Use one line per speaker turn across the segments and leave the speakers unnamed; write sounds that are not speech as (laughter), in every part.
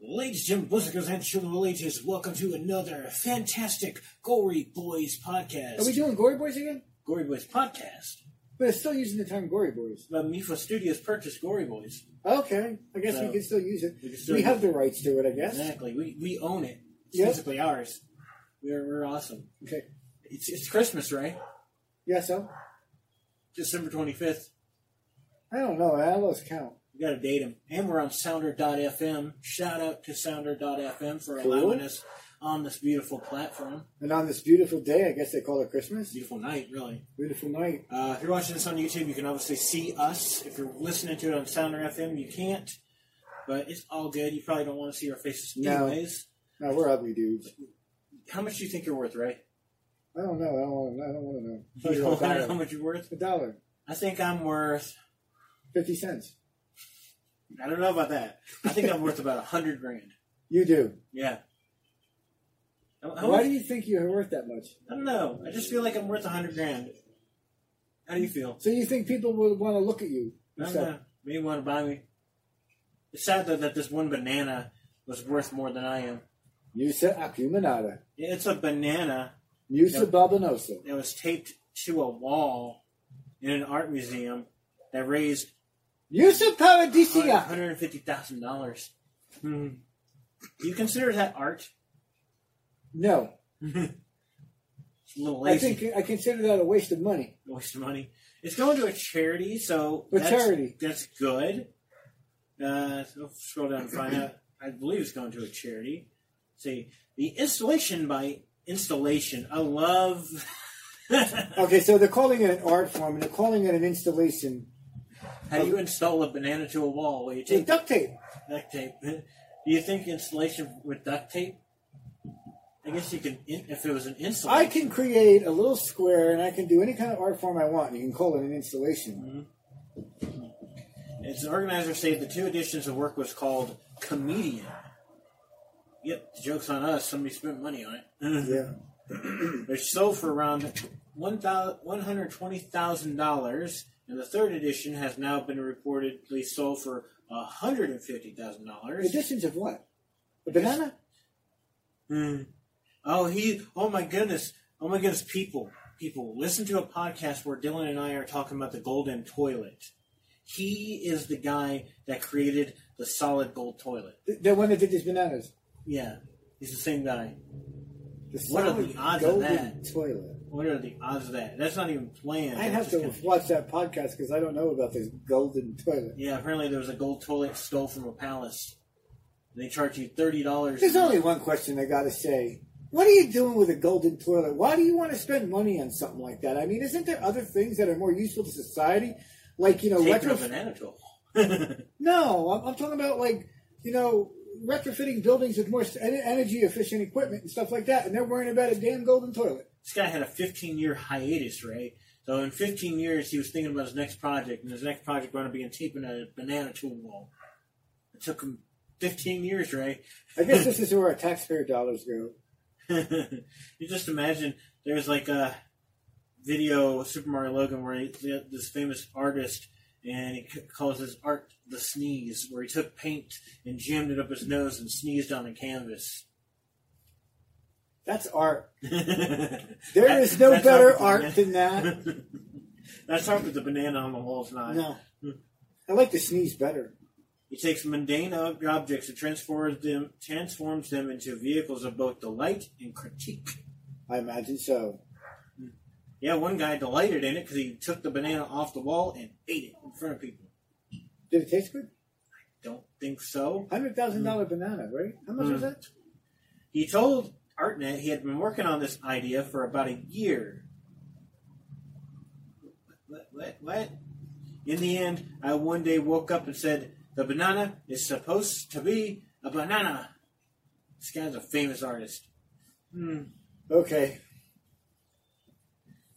Ladies and gentlemen, listeners and children of all ages, welcome to another fantastic Gory Boys podcast.
Are we doing Gory Boys again?
Gory Boys podcast.
But it's still using the term Gory Boys.
But MIFA Studios purchased Gory Boys.
Okay, I guess
So-
we can still use it.
We
We,
can still use
have the rights to it, I guess.
Exactly. We we own it. It's
Yep.
physically ours. We're we're awesome.
Okay.
It's it's Christmas, right?
Yeah, so
December twenty fifth.
I don't know. I lost count.
We gotta date him. And we're on Sounder.fm. Shout out to Sounder.fm for
Cool.
allowing us on this beautiful platform.
And on this beautiful day, I guess they call it Christmas.
Beautiful night, really.
Beautiful night.
Uh, if you're watching this on YouTube, you can obviously see us. If you're listening to it on Sounder FM, you can't. But it's all good. You probably don't want to see our faces
No.
anyways.
No, we're ugly dudes.
How much do you think you're worth, (laughs) Ray?
I don't know. I don't want. I don't want to know.
(laughs) You
Probably
don't
about
know
a
how
dollar.
much you're worth?
A dollar,
I think I'm worth.
fifty cents.
I don't know about that. I think I'm worth about a hundred grand.
You do.
Yeah. How, how
Why
much-
do you think you're worth that much?
I don't know. I just feel like I'm worth a hundred grand. How do you feel?
So you think people would want to look at you?
I
and
don't
stuff?
know. Maybe you want to buy me. It's sad though that this one banana was worth more than I am.
Yusa acuminata.
It's a banana
Yusa
Yep.
babanosa.
that was taped to a wall in an art museum that raised
Yusa
one
paradisiaca.
hundred fifty thousand dollars. Hmm.
Mm-hmm.
Do you consider that art?
No,
It's a little
I
lazy,
Mm-hmm. think I consider that a waste of money.
waste of money. It's going to a charity, so
For
that's,
charity.
That's good. Uh, so scroll down and find out. I believe it's going to a charity. See the installation by installation. I love. (laughs) How
Okay, so they're calling it an art form and they're calling it an installation.
do you install a banana to a wall? Well, you
Hey,
take
duct tape.
Duct tape. Do you think installation with duct tape? I guess you can, in, if it was an
I
insulation.
can create a little square and I can do any kind of art form I want. You can call it an installation.
As an organizer said, the two editions of work was called Comedian. Yep, the joke's on us. Somebody spent money on it.
Yeah.
(laughs) They're sold for around $120,000, and the third edition has now been reportedly sold for $150,000.
Additions of what? A banana?
Mm. Oh, he. Oh my goodness. Oh my goodness, people, people, listen to a podcast where Dylan and I are talking about the golden toilet. He is the guy that created the solid gold toilet.
Th- The one that did these bananas.
Yeah, he's the same guy.
The
What are
solid
the odds of
golden
that?
toilet.
What are the odds of that? That's not even planned.
I'd
That's
have to
just kinda-
watch that podcast because I don't know about this golden toilet.
yeah, apparently there was a gold toilet stole from a palace. They charge you thirty dollars.
There's only one question I gotta say. What are you doing with a golden toilet? Why do you want to spend money on something like that? I mean, isn't there other things that are more useful to society? Like, you know,
taking a
retro-
banana to a (laughs) wall.
No, I'm, I'm talking about like you know retrofitting buildings with more s- en- energy efficient equipment and stuff like that, and they're worrying about a damn golden toilet.
this guy had a 15 year hiatus, right? So in 15 years, he was thinking about his next project, and his next project going to be in taping a banana to a wall. It took him 15 years, right?
I guess this is where our taxpayer dollars go.
(laughs) you just imagine there was like a video of Super Mario Logan where he, the- this famous artist and he c- calls his art the sneeze, where he took paint and jammed it up his nose and sneezed on a canvas. (laughs)
That's art. There
There
is no better art than that.
(laughs) That's hard with the banana on the wall's not.
No, I like to sneeze better.
He takes mundane ob- objects and transforms them, transforms them into vehicles of both delight and critique.
I imagine so.
Yeah, one guy delighted in it because he took the banana off the wall and ate it in front of people.
Did it taste good?
Don't think so.
Hundred thousand dollar banana, right? How much was
Mm.
that?
He told ArtNet he had been working on this idea for about a year. What? What? What? In the end, I one day woke up and said, "The banana is supposed to be a banana." This guy's a famous artist. Hmm.
Okay.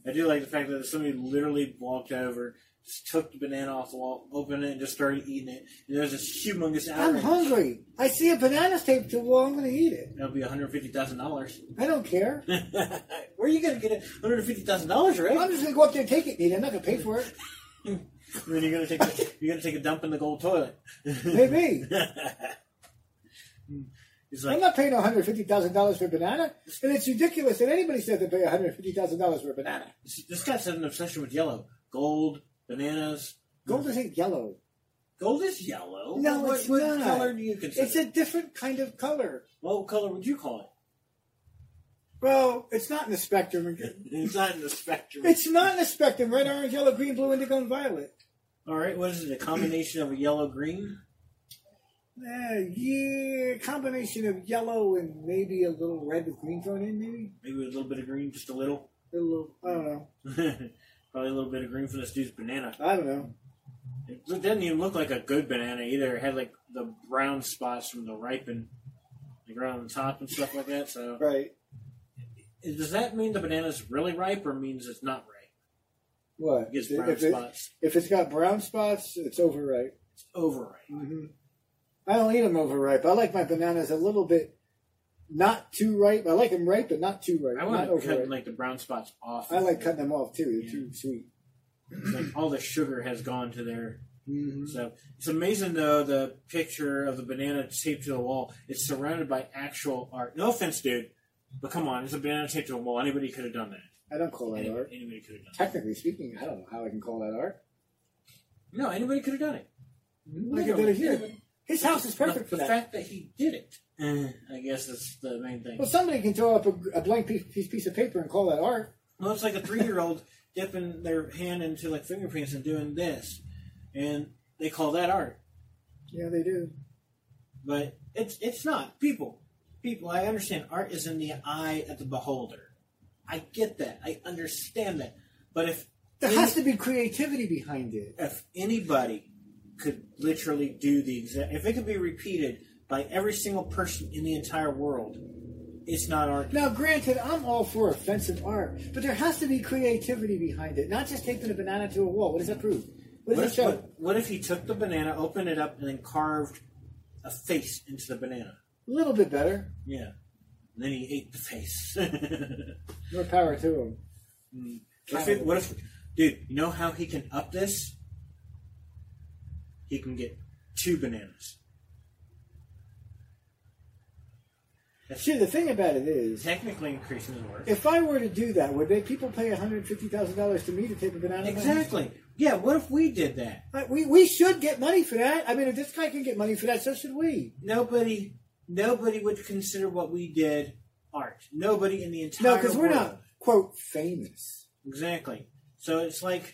I do like the fact that somebody literally walked over, just took the banana off the wall, opened it, and just started eating it. And there's this humongous
I'm
outrage.
hungry. I see a banana taped to the wall. I'm going to eat it.
That'll be $150,000.
I don't care.
(laughs) Where are you going to get $150,000, right?
I'm just going to go up there and take it, Nita. I'm not going to pay for it.
And then you're gonna take a, you're gonna take a dump in the gold toilet.
Maybe.
(laughs) He's like,
I'm not paying $150,000 for a banana. And it's ridiculous that anybody said to pay $150,000 for a banana.
this guy's had an obsession with yellow, gold, bananas.
Gold isn't yellow.
Gold is yellow.
No,
what,
it's
what
not.
color do you consider?
It's a different kind of color.
what color would you call
Well, it's not in the spectrum.
it? It's not in the spectrum.
It's not in the spectrum. Red, orange, yellow, green, blue, indigo, and violet.
All right, what is it? A combination of a yellow green?
Uh, yeah, combination of yellow and maybe a little red with green thrown in, maybe.
Maybe with a little bit of green, just a little. (laughs)
A little, I don't know.
Probably a little bit of green for this dude's banana.
I don't know.
It lo- didn't even look like a good banana either. It had like the brown spots from the ripen, like around the top and stuff like that. So,
Right.
Is- does that mean the banana's really ripe, or means it's not ripe?
What?
It gets
If-
brown
if, it,
spots.
if it's got brown spots, it's overripe.
It's overripe.
hmm I don't eat them overripe. I like my bananas a little bit not too ripe. I like them ripe, but not too ripe.
I
not
want to
overripe.
cut like the brown spots off.
I like cutting them off too. They're
Yeah.
too sweet.
It's like all the sugar has gone to their
Mm-hmm.
So it's amazing though the picture of the banana taped to the wall. It's surrounded by actual art. No offense, dude, but come on, it's a banana taped to a wall. Anybody could have done that.
I don't call that
Any-
art.
anybody could have done.
Technically speaking, I don't know how I can call that art.
It. No, anybody could have done it.
Look at that here. His house is
The,
perfect for
the
that.
fact that he did it, eh, I guess, is the main thing.
Well, somebody can throw up a, a blank piece, piece, piece of paper and call that art.
Well, it's like a three-year-old dipping their hand into like finger paints and doing this, and they call that art.
Yeah, they do.
But it's it's not people. People, I understand art is in the eye of the beholder. I get that. I understand that. But if
There
any-
has to be creativity behind it.
if anybody could literally do the exact, if it could be repeated by every single person in the entire world, it's not art.
Now, granted, I'm all for offensive art, but there has to be creativity behind it, not just taping a banana to a wall. What does that prove?
What
What does it
if,
show?
what, what if he took the banana, opened it up, and then carved a face into the banana?
A little bit better.
Yeah. And then he ate the face. (laughs)
More power to him.
What if, it- what if, dude? You know how he can up this? He can get two bananas.
See, the thing about it is,
Technically increasing his worth.
if I were to do that, would they people pay $150,000 to me to tape a banana?
Exactly. Yeah. What if we did that?
Uh, We, we should get money for that. I mean, if this guy can get money for that, so should we.
Nobody, nobody would consider what we did art. Nobody in the entire
No, because we're
world.
not, quote, famous.
Exactly. So it's like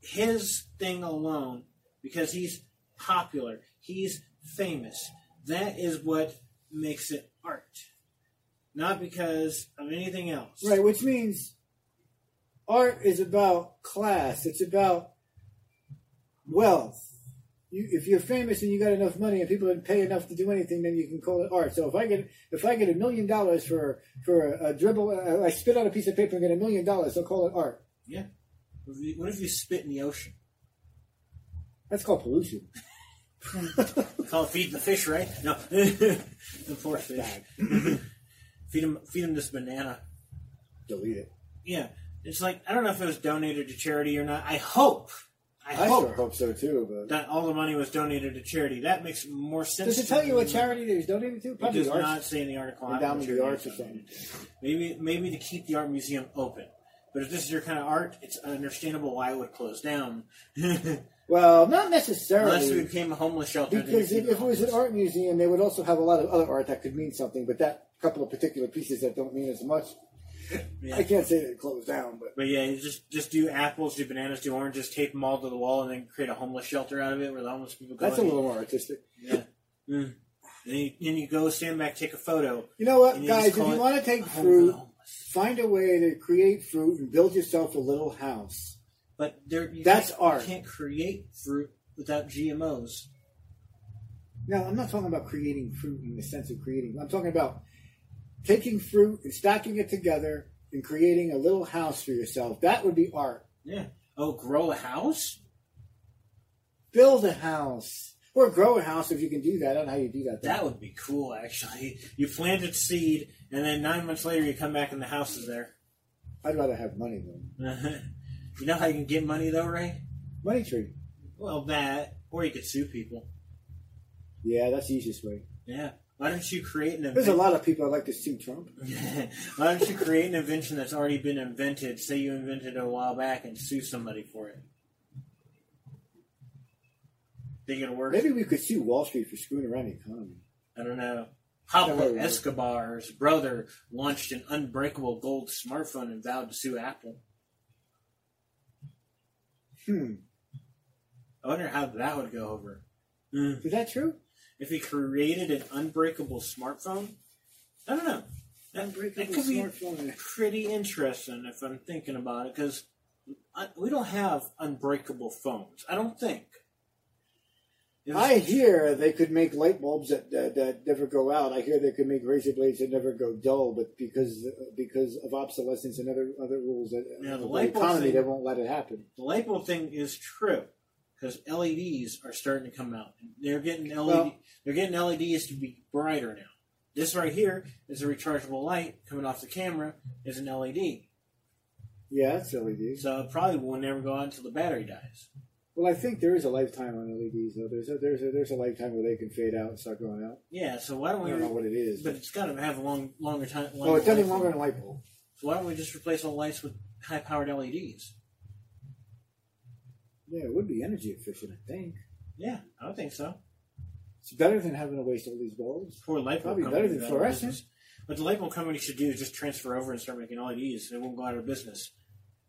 his thing alone, because he's popular, he's famous. That is what makes it art, not because of anything else.
Right, which means art is about class. It's about wealth. You, if you're famous and you got enough money and people didn't pay enough to do anything, then you can call it art. So if I get if I get a million dollars for for a, a dribble, uh, I spit on a piece of paper and get a million dollars, I'll call it art.
Yeah. What if you- What if you spit in the ocean?
That's called pollution.
We call it feed the fish, right? No, (laughs) the poor fish. (laughs) feed him, feed him this banana.
Delete it.
Yeah, it's like I don't know if it was donated to charity or not. I hope. I,
I
hope
sure hope so too. But
that all the money was donated to charity. That makes more sense.
does it
to
tell
me
you what
than-
charity there's donated to?
It
Probably
does
arts.
not say in the article. I'm
Endowment
sure
of the
it
Arts or
is.
something.
Maybe maybe to keep the art museum open. But if this is your kind of art, it's understandable why it would close down. (laughs)
Well, not
Unless
necessarily.
we became a homeless shelter. then
Because
you'd
if,
keep
if it was an
homeless.
art museum, they would also have a lot of other art that could mean something, but that couple of particular pieces that don't mean as much.
Yeah.
I can't say that it closed down, but
But yeah, you just just do apples, do bananas, do oranges, tape them all to the wall, and then create a homeless shelter out of it where the homeless people go.
that's a
in.
little more artistic.
Yeah. Mm. And you, and you go stand back, take a photo.
You know what,
And you
guys?
just
If
call
you
it
want to take
home for the
fruit,
homeless.
find a way to create fruit and build yourself a little house.
But there, you
That's
can't,
art.
You can't create fruit without GMOs.
Now, I'm not talking about creating fruit in the sense of creating. I'm talking about taking fruit and stacking it together and creating a little house for yourself. That would be art.
Yeah. Oh, grow a house?
Build a house or grow a house if you can do that. I don't know how you do that.
That would be cool, actually. You plant a seed, and then nine months later, you come back and the house is there. (laughs)
I'd rather have money than
you know how you can get money though, Ray?
Money tree.
Well, that, or you could sue people.
Yeah, that's the easiest way.
Yeah. Why don't you create an
There's a
invention?
lot of people I'd like to sue Trump.
(laughs) Why don't you create an invention that's already been invented? Say you invented it a while back and sue somebody for it. Think it'll work?
Maybe we could sue Wall Street for screwing around the economy.
I don't know.
That
Pablo
would work.
Escobar's brother launched an unbreakable gold smartphone and vowed to sue Apple.
Hmm.
I wonder how that would go over.
Is that true?
If he created an unbreakable smartphone, I don't know. That, that
Unbreakable
could be
smartphone.
pretty interesting if I'm thinking about it because we don't have unbreakable phones. I don't think. It was-
I hear they could make light bulbs that, that that never go out. I hear they could make razor blades that never go dull, but because because of obsolescence and other other rules that
Yeah, the
of
light bulb
economy,
thing-
they won't let it happen.
the light bulb thing is true because LEDs are starting to come out. They're getting LED.
Well-
they're getting LEDs to be brighter now. This right here is a rechargeable light coming off the camera is an LED.
Yeah, it's LEDs.
So it probably will never go out until the battery dies.
Well, I think there is a lifetime on LEDs though. There's a, there's a, there's a lifetime where they can fade out and start going out.
Yeah. So why don't
I
we?
don't know what it is.
But it's got to have a long, longer time.
oh, it doesn't
life.
longer than a light bulb.
So why don't we just replace all lights with high-powered E LEDs?
Yeah, it would be energy efficient, I think.
Yeah, I don't think so.
It's better than having to waste all these bulbs.
Poor light bulb
Probably
company
better than
goes out of
fluorescent.
business. What the light bulb company should do is just transfer over and start making LEDs, and it won't go out of business.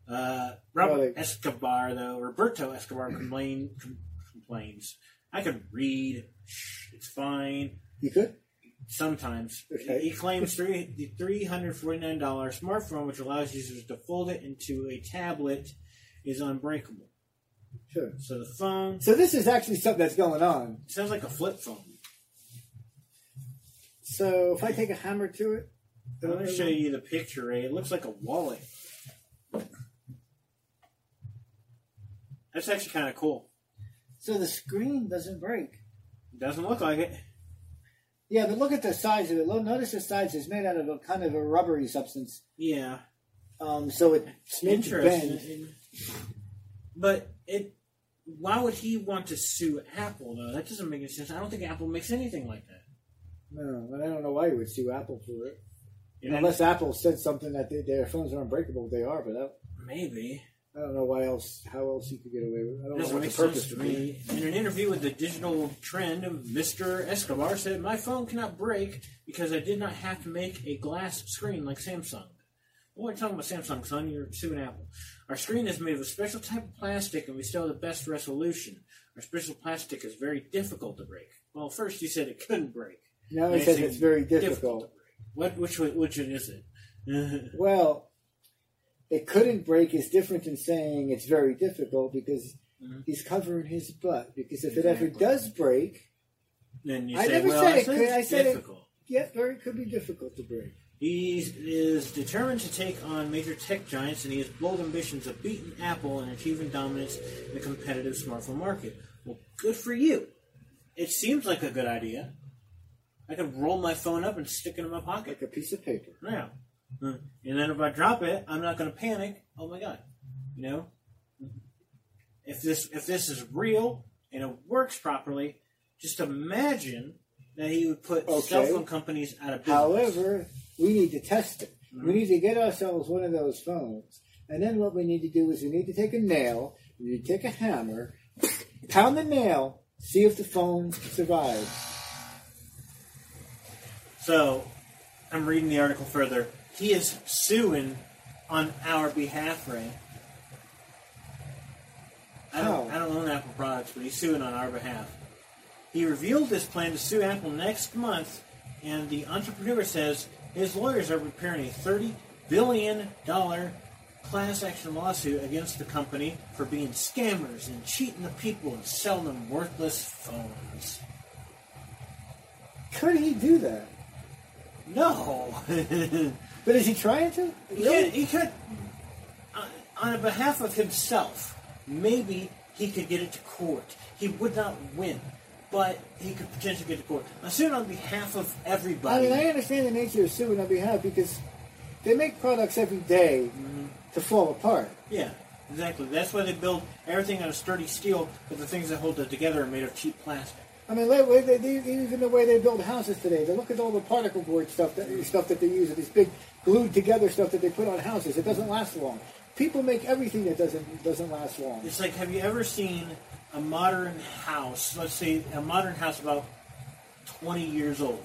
Uh, Robert
Well, they-
Escobar, though Roberto
(clears throat)
Escobar, complain, com- complains. I can read. Shh, it's fine.
You could?
Sometimes
Okay.
he claims three the three hundred forty nine dollar smartphone, which allows users to fold it into a tablet, is unbreakable.
Sure.
So the phone
So this is actually something that's going on.
sounds like a flip phone.
So if I take a hammer to it,
I'm going to show you the picture, Ray. It looks like a wallet. That's actually kind of cool.
So the screen doesn't break.
Doesn't look like it.
Yeah, but look at the size of it. Look, notice the size is made out of a kind of a rubbery substance.
Yeah,
Um, so it's meant to bend.
interesting. But it. Why would he want to sue Apple though? That doesn't make any sense. I don't think Apple makes anything like that.
No, and I don't know why you would sue Apple for it.
You know,
Unless Apple said something that they, their phones are unbreakable, they are. But I,
maybe
I don't know why else, how else you could get away with. it. I don't
it doesn't
know
make
what the purpose
sense to
would be.
me. In an interview with the Digital Trend, Mr. Escobar said, "My phone cannot break because I did not have to make a glass screen like Samsung." What are you talking about, Samsung, son? You're suing Apple. Our screen is made of a special type of plastic, and we still have the best resolution. Our special plastic is very difficult to break. Well, first you said it couldn't break.
Now
And
it
it
says
seems
it's very
to
difficult.
break. What? Which one? Which one is it? (laughs)
Well, it couldn't break is different than saying it's very difficult because
Mhm.
he's covering his butt. Because if it ever
Exactly.
does break,
then you
I
say,
never
"Well,
said
I
it
said
could-
it's
I said it-
difficult."
yeah, very could be difficult to break.
He is determined to take on major tech giants, and he has bold ambitions of beating Apple and achieving dominance in the competitive smartphone market. Well, good for you. It seems like a good idea. I could roll my phone up and stick it in my pocket
like a piece of paper.
now. hmm, And then if I drop it, I'm not going to panic. Oh my god, you know. If this if this is real and it works properly, just imagine that he would put cell
Okay.
phone companies out of business.
However, we need to test it. We need to get ourselves one of those phones. And then what we need to do is we need to take a nail, we need to take a hammer, pound the nail, see if the phone survives.
So, I'm reading the article further. He is suing on our behalf, Ray. I don't,
How?
I don't own Apple products, but he's suing on our behalf. He revealed this plan to sue Apple next month, and the entrepreneur says his lawyers are preparing a $30 billion class action lawsuit against the company for being scammers and cheating the people and selling them worthless phones.
Could he do that?
No! (laughs)
But is he trying to?
He could, he could on- uh, on behalf of himself, maybe he could get it to court. He would not win, but he could potentially get to court. I'm suing on behalf of
I
everybody.
mean, I understand the nature of suing on behalf because they make products every day
Mm-hmm.
to fall apart.
yeah, exactly. That's why they build everything out of sturdy steel, but the things that hold it together are made of cheap plastic.
I mean, like, like, they, they, even the way they build houses today, they look at all the particle board stuff that stuff that they use, this big glued together stuff that they put on houses. It doesn't last long. People make everything that doesn't doesn't last long.
It's like, have you ever seen a modern house? Let's say a modern house about 20 years old.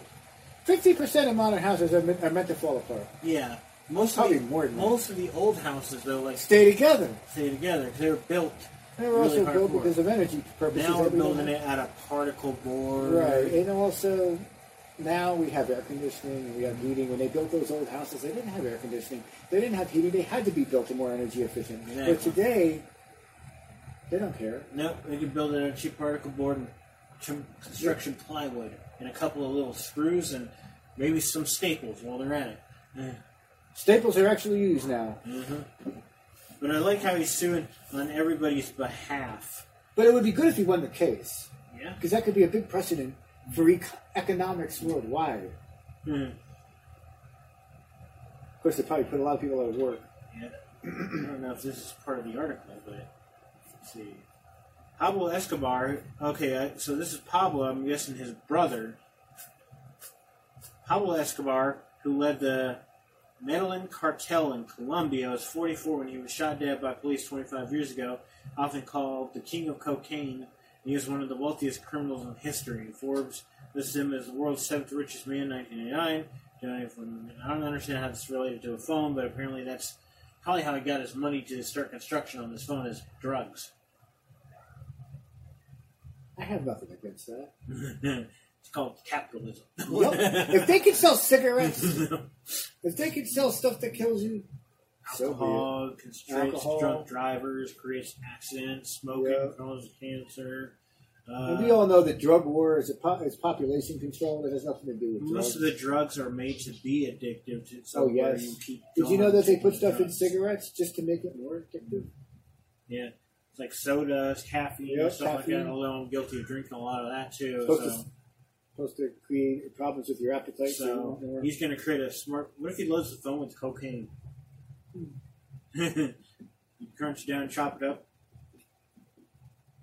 Fifty percent of modern houses are, meant- are meant to fall apart.
Yeah. Most of
Probably
the,
more than that.
most of the old houses though, like
Stay together.
stay together 'cause they were built.
They were
really
also
hardcore.
built because of energy purposes.
Now we're
Everyone-
building it out of particle board.
Right, and also now we have air conditioning and we have heating. When they built those old houses, they didn't have air conditioning. They didn't have heating. They had to be built more energy efficient.
Exactly.
But today, they don't care.
Nope, we can build it on cheap particle board and trim- construction plywood and a couple of little screws and maybe some staples while they're at it. Eh.
Staples are actually used now,
But I like how he's suing on everybody's behalf.
but it would be good if he won the case
Yeah.
because that could be a big precedent for ec- economics worldwide.
Mhm.
Of course, they probably put a lot of people out of work.
Yeah. I don't know if this is part of the article, but let's see. Pablo Escobar. Okay, I, so this is Pablo. I'm guessing his brother. Pablo Escobar, who led the Medellin cartel in Colombia, was 44 when he was shot dead by police 25 years ago. Often called the king of cocaine, and he was one of the wealthiest criminals in history. Forbes lists him as the world's seventh richest man in 1989. Don't even- I don't understand how this is related to a phone, but apparently that's probably how he got his money to start construction on this phone is drugs.
I have nothing against that.
it's called capitalism.
Yup.
(laughs)
if they could sell cigarettes, if they could sell stuff that kills you, so be it.
Alcohol constrains
Alcohol.
drunk drivers, creates accidents, smoking
Yeah.
causes cancer.
And we
Uh,
all know that drug war is a po- is population control. It has nothing to do with
most
drugs.
of the drugs are made to be addictive. To, so
Oh,
where
yes.
You keep
Did you
going
know that they
taking
put stuff in
drugs.
cigarettes just to make it more addictive?
Yeah. It's like sodas, caffeine,
Yep,
stuff like
caffeine.
that. Although I'm guilty of drinking a lot of that too.
Supposed
so.
to- Supposed to create problems with your appetite. so you
So
want more.
he's going to create a smart. What if he loads the phone with cocaine? (laughs) you crunch it down, chop it up.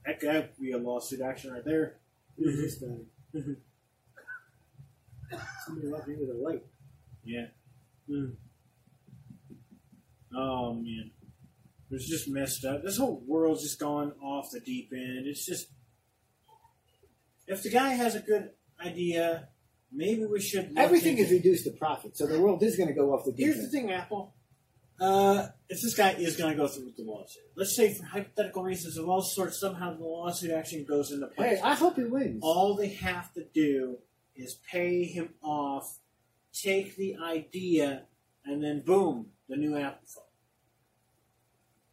That could that'd be a lawsuit action right there.
Who's this guy? Somebody left me with a light.
Yeah. Mm. Oh man, it's just messed up. This whole world's just gone off the deep end. It's just if the guy has a good idea, maybe we should. look
Everything
into
is reduced to profit, so the world is going to go off the deep
Here's the
end.
thing, Apple. Uh, if this guy is going to go through with the lawsuit, let's say for hypothetical reasons of all sorts, somehow the lawsuit actually goes into place.
Hey, I hope he wins.
all they have to do is pay him off, take the idea, and then boom, the new Apple phone.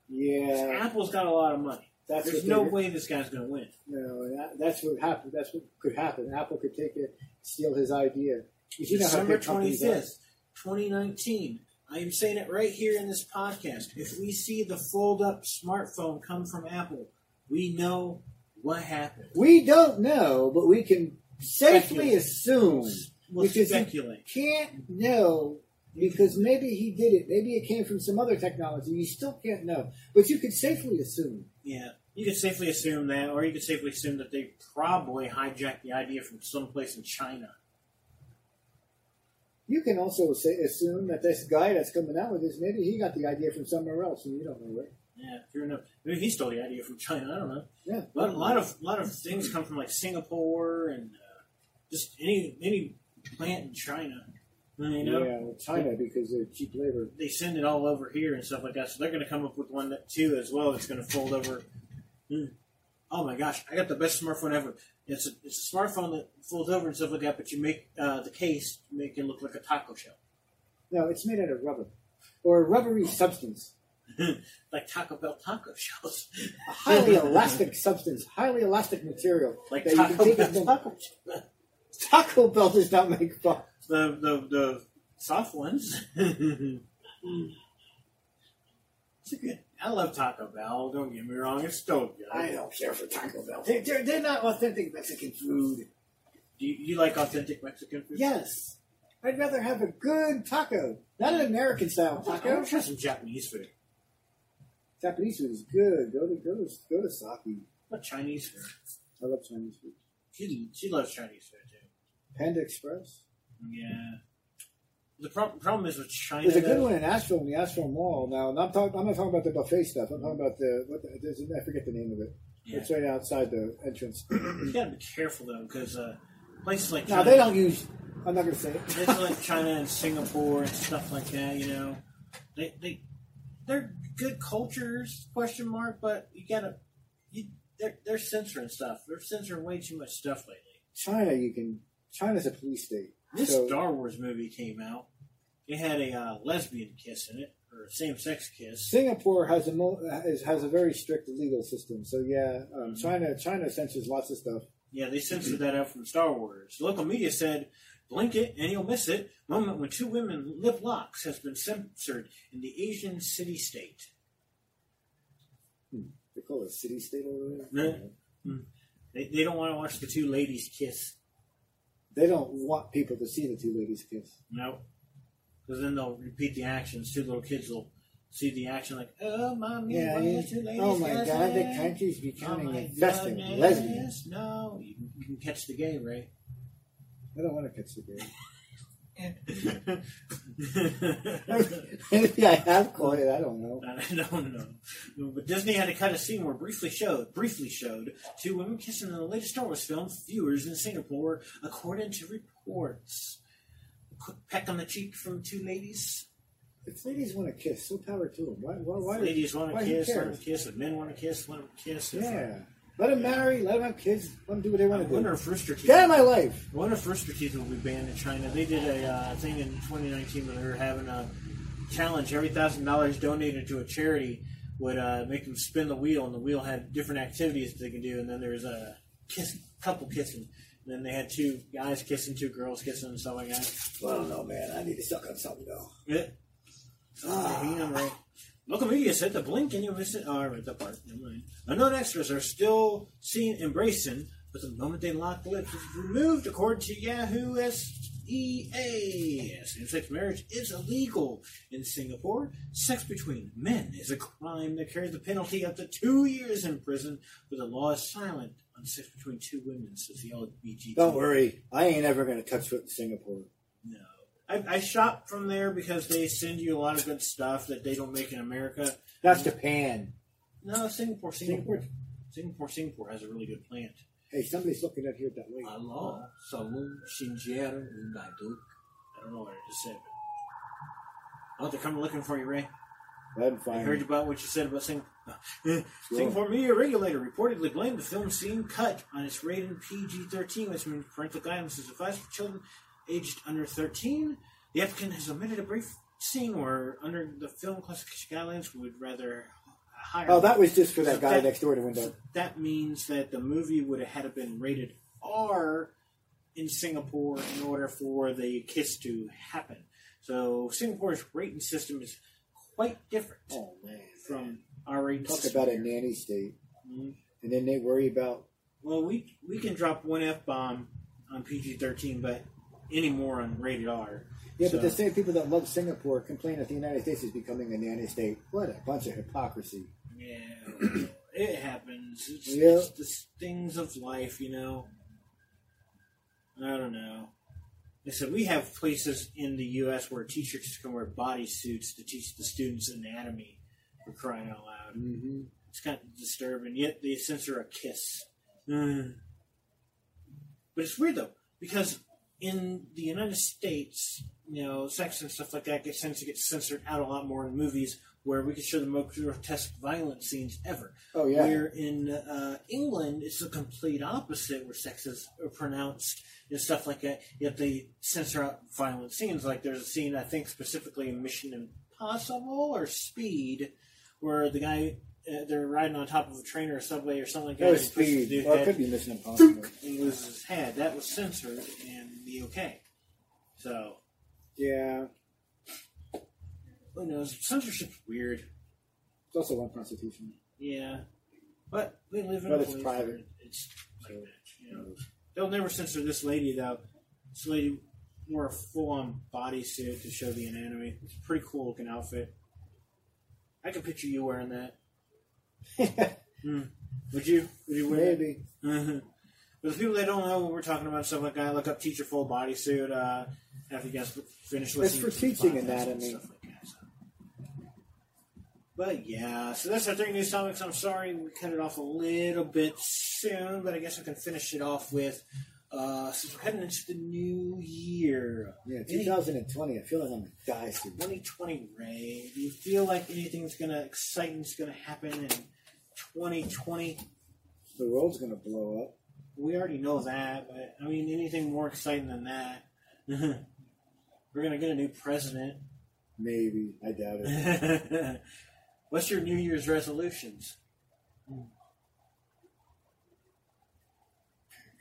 yeah,
Apple's got a lot of money.
that's
There's
what
no
they-
way this guy's going to win.
No, that, that's what happened. That's what could happen. Apple could take it, steal his idea. You know how
December
big companies are.
25th, 2019. I am saying it right here in this podcast. If we see the fold up smartphone come from Apple, we know what happened.
We don't know, but we can safely
Speculate.
assume.
We'll
Which is-
speculate.
Can't know because maybe he did it. Maybe it came from some other technology. You still can't know, but you could safely assume.
Yeah. You could safely assume that, or you could safely assume that they probably hijacked the idea from someplace in China.
You can also say, assume that this guy that's coming out with this, maybe he got the idea from somewhere else, and you don't know it.
Yeah, fair enough. Maybe he stole the idea from China. I don't know.
Yeah,
A lot, a lot of a lot of things come from like Singapore and uh, just any any plant in China. You know,
yeah, well, China because they're cheap labor.
they send it all over here and stuff like that. So they're going to come up with one that too as well. It's going to fold over. Mm. Oh my gosh, I got the best smartphone ever. It's a, it's a smartphone that folds over and stuff like that, but you make uh, the case you make it look like a taco shell,
No, it's made out of rubber or a rubbery substance,
like Taco Bell taco shells, (laughs)
a highly elastic substance, highly elastic material
like
that you
Taco
can
Bell
take. Into,
taco shells.
Taco Bell does not make fun.
The the the soft ones. it's a good. I love Taco Bell. Don't get me wrong. It's still good.
I don't care for Taco Bell. They're, they're, they're not authentic Mexican food.
Do you, you like authentic Mexican food?
Yes. I'd rather have a good taco, not an American style
I want
taco.
to try some Japanese food.
Japanese food is good. Go to go to go to sake.
What Chinese food?
I love Chinese food.
She she loves Chinese food too.
Panda Express.
Yeah. The prob- problem is with China.
There's a good
though,
one in Asheville, in the Asheville Mall. Now, and I'm, talk- I'm not talking about the buffet stuff. I'm talking about the what the, there's, a- I forget the name of it.
Yeah.
It's right outside the (clears throat) entrance.
You gotta be careful though, because uh, places like
now
China,
they don't use. I'm not going to say it.
places like China and Singapore and stuff like that. You know, they they they're good cultures question mark, but you gotta you they're they're censoring stuff. They're censoring way too much stuff lately.
China, you can. China's a police state.
This
So-
Star Wars movie came out. It had a uh, lesbian kiss in it, or same sex kiss.
Singapore has a mo- has, has a very strict legal system. So yeah,
Mm-hmm.
um, China China censors lots of stuff.
Yeah, they censored that out from Star Wars. Local media said, blink it and you'll miss it. Moment when two women lip locks has been censored in the Asian city state.
They call it city state over there.
No. They, they don't want to watch the two ladies kiss.
They don't want people to see the two ladies kiss.
No. Because then they'll repeat the actions. Two little kids will see the action like, oh, mommy,
Yeah.
why
yeah.
are two ladies
Oh my
kissing?
God, the country's
Oh
becoming
my
investing in
goodness,
lesbians.
No, you can, you can catch the gay, right?
I don't want to catch the
(laughs)
gay.
I
(laughs) Maybe I have caught it. I don't know.
don't know. But Disney had to cut a scene where briefly showed, briefly showed two women kissing in the latest Star Wars film, viewers in Singapore, according to reports. A quick peck on the cheek from two ladies.
If ladies want to kiss, so power to them. Why? Why? why
ladies want
why
to
he
kiss, let them
cares?
kiss. If men want to kiss, let them kiss. If,
yeah. Let them marry. Let them have kids. Let them do what they
I
want to
wonder
do.
if Rooster Teeth.
Get out of my life.
I wonder if Rooster Teeth will be banned in China. They did a uh, thing in 2019 when they were having a challenge. Every thousand dollars donated to a charity would uh, make them spin the wheel, and the wheel had different activities that they could do. And then there was a kiss, couple kissing. And then they had two guys kissing, two girls kissing, and stuff like that.
I don't know, man. I need to suck on something though.
Yeah. Oh, damn, right. Local media said the blink and you miss it. Oh, I read that part. Never mind. Unknown extras are still seen embracing, but the moment they lock lips is removed, according to Yahoo SEA. Same sex marriage is illegal in Singapore. Sex between men is a crime that carries the penalty up to two years in prison, but the law is silent on sex between two women, says the LGBT.
Don't worry. I ain't ever gonna touch foot in Singapore.
No. I, I shop from there because they send you a lot of good stuff that they don't make in America.
That's Japan.
No, Singapore, Singapore, Singapore, Singapore, has a really good plant.
Hey, somebody's looking up here that way.
Allah, Salum, Shinjero, Ungaiduk. I don't know what I just said. But... Oh, they're coming looking for you, Ray.
Let them
I
find
heard
me.
about what you said about Singapore. Singapore media regulator reportedly blamed the film scene cut on its rating PG-13, which means parental guidance is advised for children aged under 13. The applicant has omitted a brief scene where, under the film classification guidelines, would rather higher.
Oh, that was just for that guy
That-
next door to the window.
That means that the movie would have had to been rated R in Singapore in order for the kiss to happen. So Singapore's rating system is quite different
Oh man.
from our rating
Talk
system
about a
here.
nanny state.
Mhm.
And then they worry about
Well, we we can drop one f bomb on PG thirteen, but any more on rated R.
Yeah,
So-
but the same people that love Singapore complain that the United States is becoming a nanny state. What a bunch of hypocrisy.
Yeah, well, it happens. It's,
Yeah.
it's the things of life, you know. I don't know. They said we have places in the U.S. where teachers can wear bodysuits to teach the students anatomy. For crying out loud,
Mm-hmm.
it's kind of disturbing. Yet they censor a kiss. Mm. But it's weird though, because in the United States, you know, sex and stuff like that gets tends to get censored out a lot more in movies where we can show the most grotesque violent scenes ever.
Oh yeah.
Where in uh, England, it's the complete opposite, where sex is pronounced and stuff like that. Yet they censor out violent scenes. Like there's a scene I think specifically in Mission Impossible or Speed, where the guy uh, they're riding on top of a train or a subway or something like that.
That
and
was
he pushes the
Oh, speed.
dude
Well, it
head
could be Mission Impossible.
he loses his head. That was censored in the UK. So
Yeah.
who knows? Censorship's weird.
It's also unconstitutional.
Yeah, but we live in.
But
a
it's
place
private.
where It's like that.
(laughs)
You know, they'll never censor this lady though. This lady wore a full-on bodysuit to show the anatomy. It's a pretty cool looking outfit. I can picture you wearing that. Would you? Would you wear
Maybe.
that? For the Mm-hmm. people that don't know what we're talking about, stuff like that, look up Teacher Full Bodysuit. Uh, after you guys finish listening,
for
to the
teaching
podcast and
anatomy.
stuff like that, so. But yeah, so that's our three news topics. I'm sorry we cut it off a little bit soon, but I guess we can finish it off with. Uh, since we're heading into the new year,
Yeah,
Any-
2020. I feel like I'm gonna die soon.
2020, Ray. Do you feel like anything's gonna exciting's gonna happen in 2020?
The world's gonna blow up.
We already know that, but I mean, anything more exciting than that? (laughs) We're gonna get a new president. (laughs)
Maybe I doubt it.
What's your New Year's resolutions?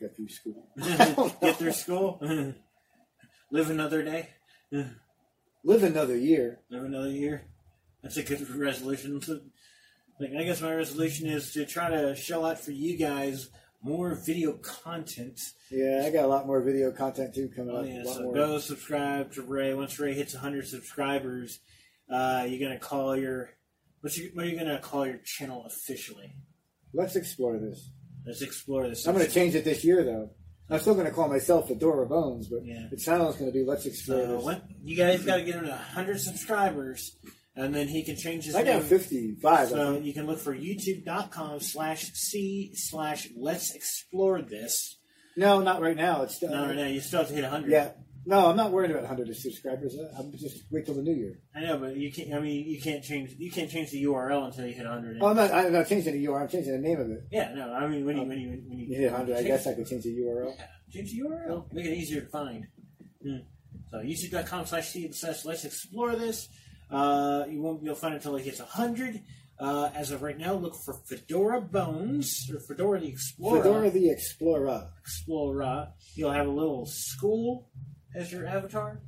Got
(laughs)
through school. I don't know.
get through school, (laughs) live another day,
Live another year.
live another year. That's a good resolution. (laughs) Like, I guess my resolution is to try to shell out for you guys more video content.
Yeah, I got a lot more video content too coming
Oh,
up.
yeah,
a lot
so
more.
go subscribe to Ray. Once Ray hits 100 subscribers, uh, you're going to call your. What, you, what are you going to call your channel officially?
Let's explore this.
Let's explore this.
I'm going to change it this year though. I'm still going to call myself Adora Bones, but
Yeah.
the channel's going to be Let's Explore
So,
This.
what, you guys got to get him to 100 subscribers, and then he can change his
I
name.
got 55.
So
I think.
you can look for youtube.com slash C slash Let's Explore This.
No, not right now. It's still,
No, no, no, you still have to hit 100.
Yeah. No, I'm not worried about 100 subscribers. Uh, I'm just wait till the new year.
I know, but you can't. I mean, you can't change. You can't change the URL until you hit 100.
Oh, I'm not, I'm not changing the URL. I'm changing the name of it.
Yeah, no. I mean, when you when you when you,
You hit 100. I
change-
guess I could change the URL.
Change the URL. Make it easier to find. Hmm. So youtube.com slash C slash let's explore this. Uh, you won't be able to find it until it hits 100. Uh, as of right now, look for Fedora Bones or Fedora the Explorer.
Fedora the Explorer.
Explorer. You'll have a little school as your avatar.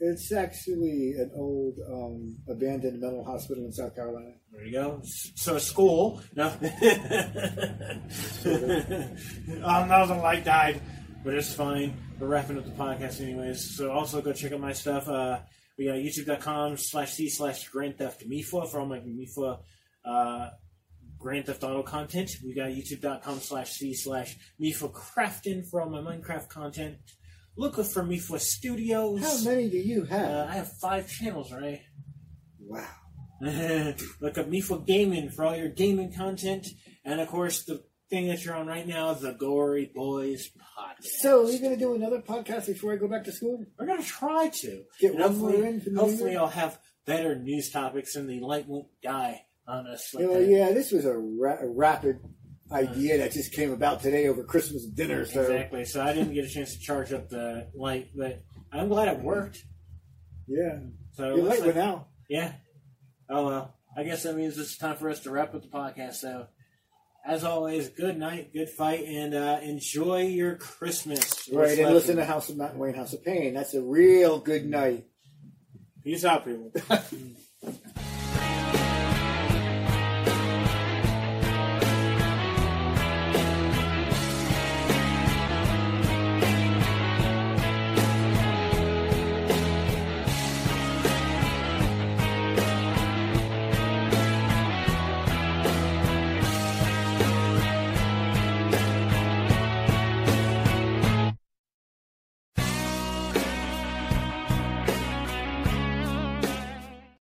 It's actually an old um, abandoned mental hospital in South Carolina.
There you go. So school. No. (laughs) Um, oh no, the light died, but it's fine. We're wrapping up the podcast anyways. So also go check out my stuff. Uh, we got youtube.com slash c slash Grand Theft Mifa for all my Mifa uh, Grand Theft Auto content. We got youtube.com slash c slash Mifa Crafton for all my Minecraft content. Look for Mifa Studios.
How many do you have?
Uh, I have five channels, right?
wow.
(laughs) Look up Mifo Gaming for all your gaming content, and of course the thing that you're on right now, the Gory Boys podcast.
So, are you going to do another podcast before I go back to school?
we're gonna try to.
Get
And
one more in
hopefully,
for the
hopefully
year?
I'll have better news topics, and the light won't die on us. Like
Oh,
that.
yeah, this was a, ra- a rapid idea that just came about today over Christmas dinner. So,
Exactly. So I didn't get a chance to charge up the light, but I'm glad it worked.
yeah,
So it
your
looks
light
like-
went out.
Yeah. Oh well. I guess that means it's time for us to wrap up the podcast. So, as always, good night, good fight, and uh, enjoy your Christmas.
Right, and listen to House of Mountain Wayne House of Pain. That's a real good night.
Peace out, people.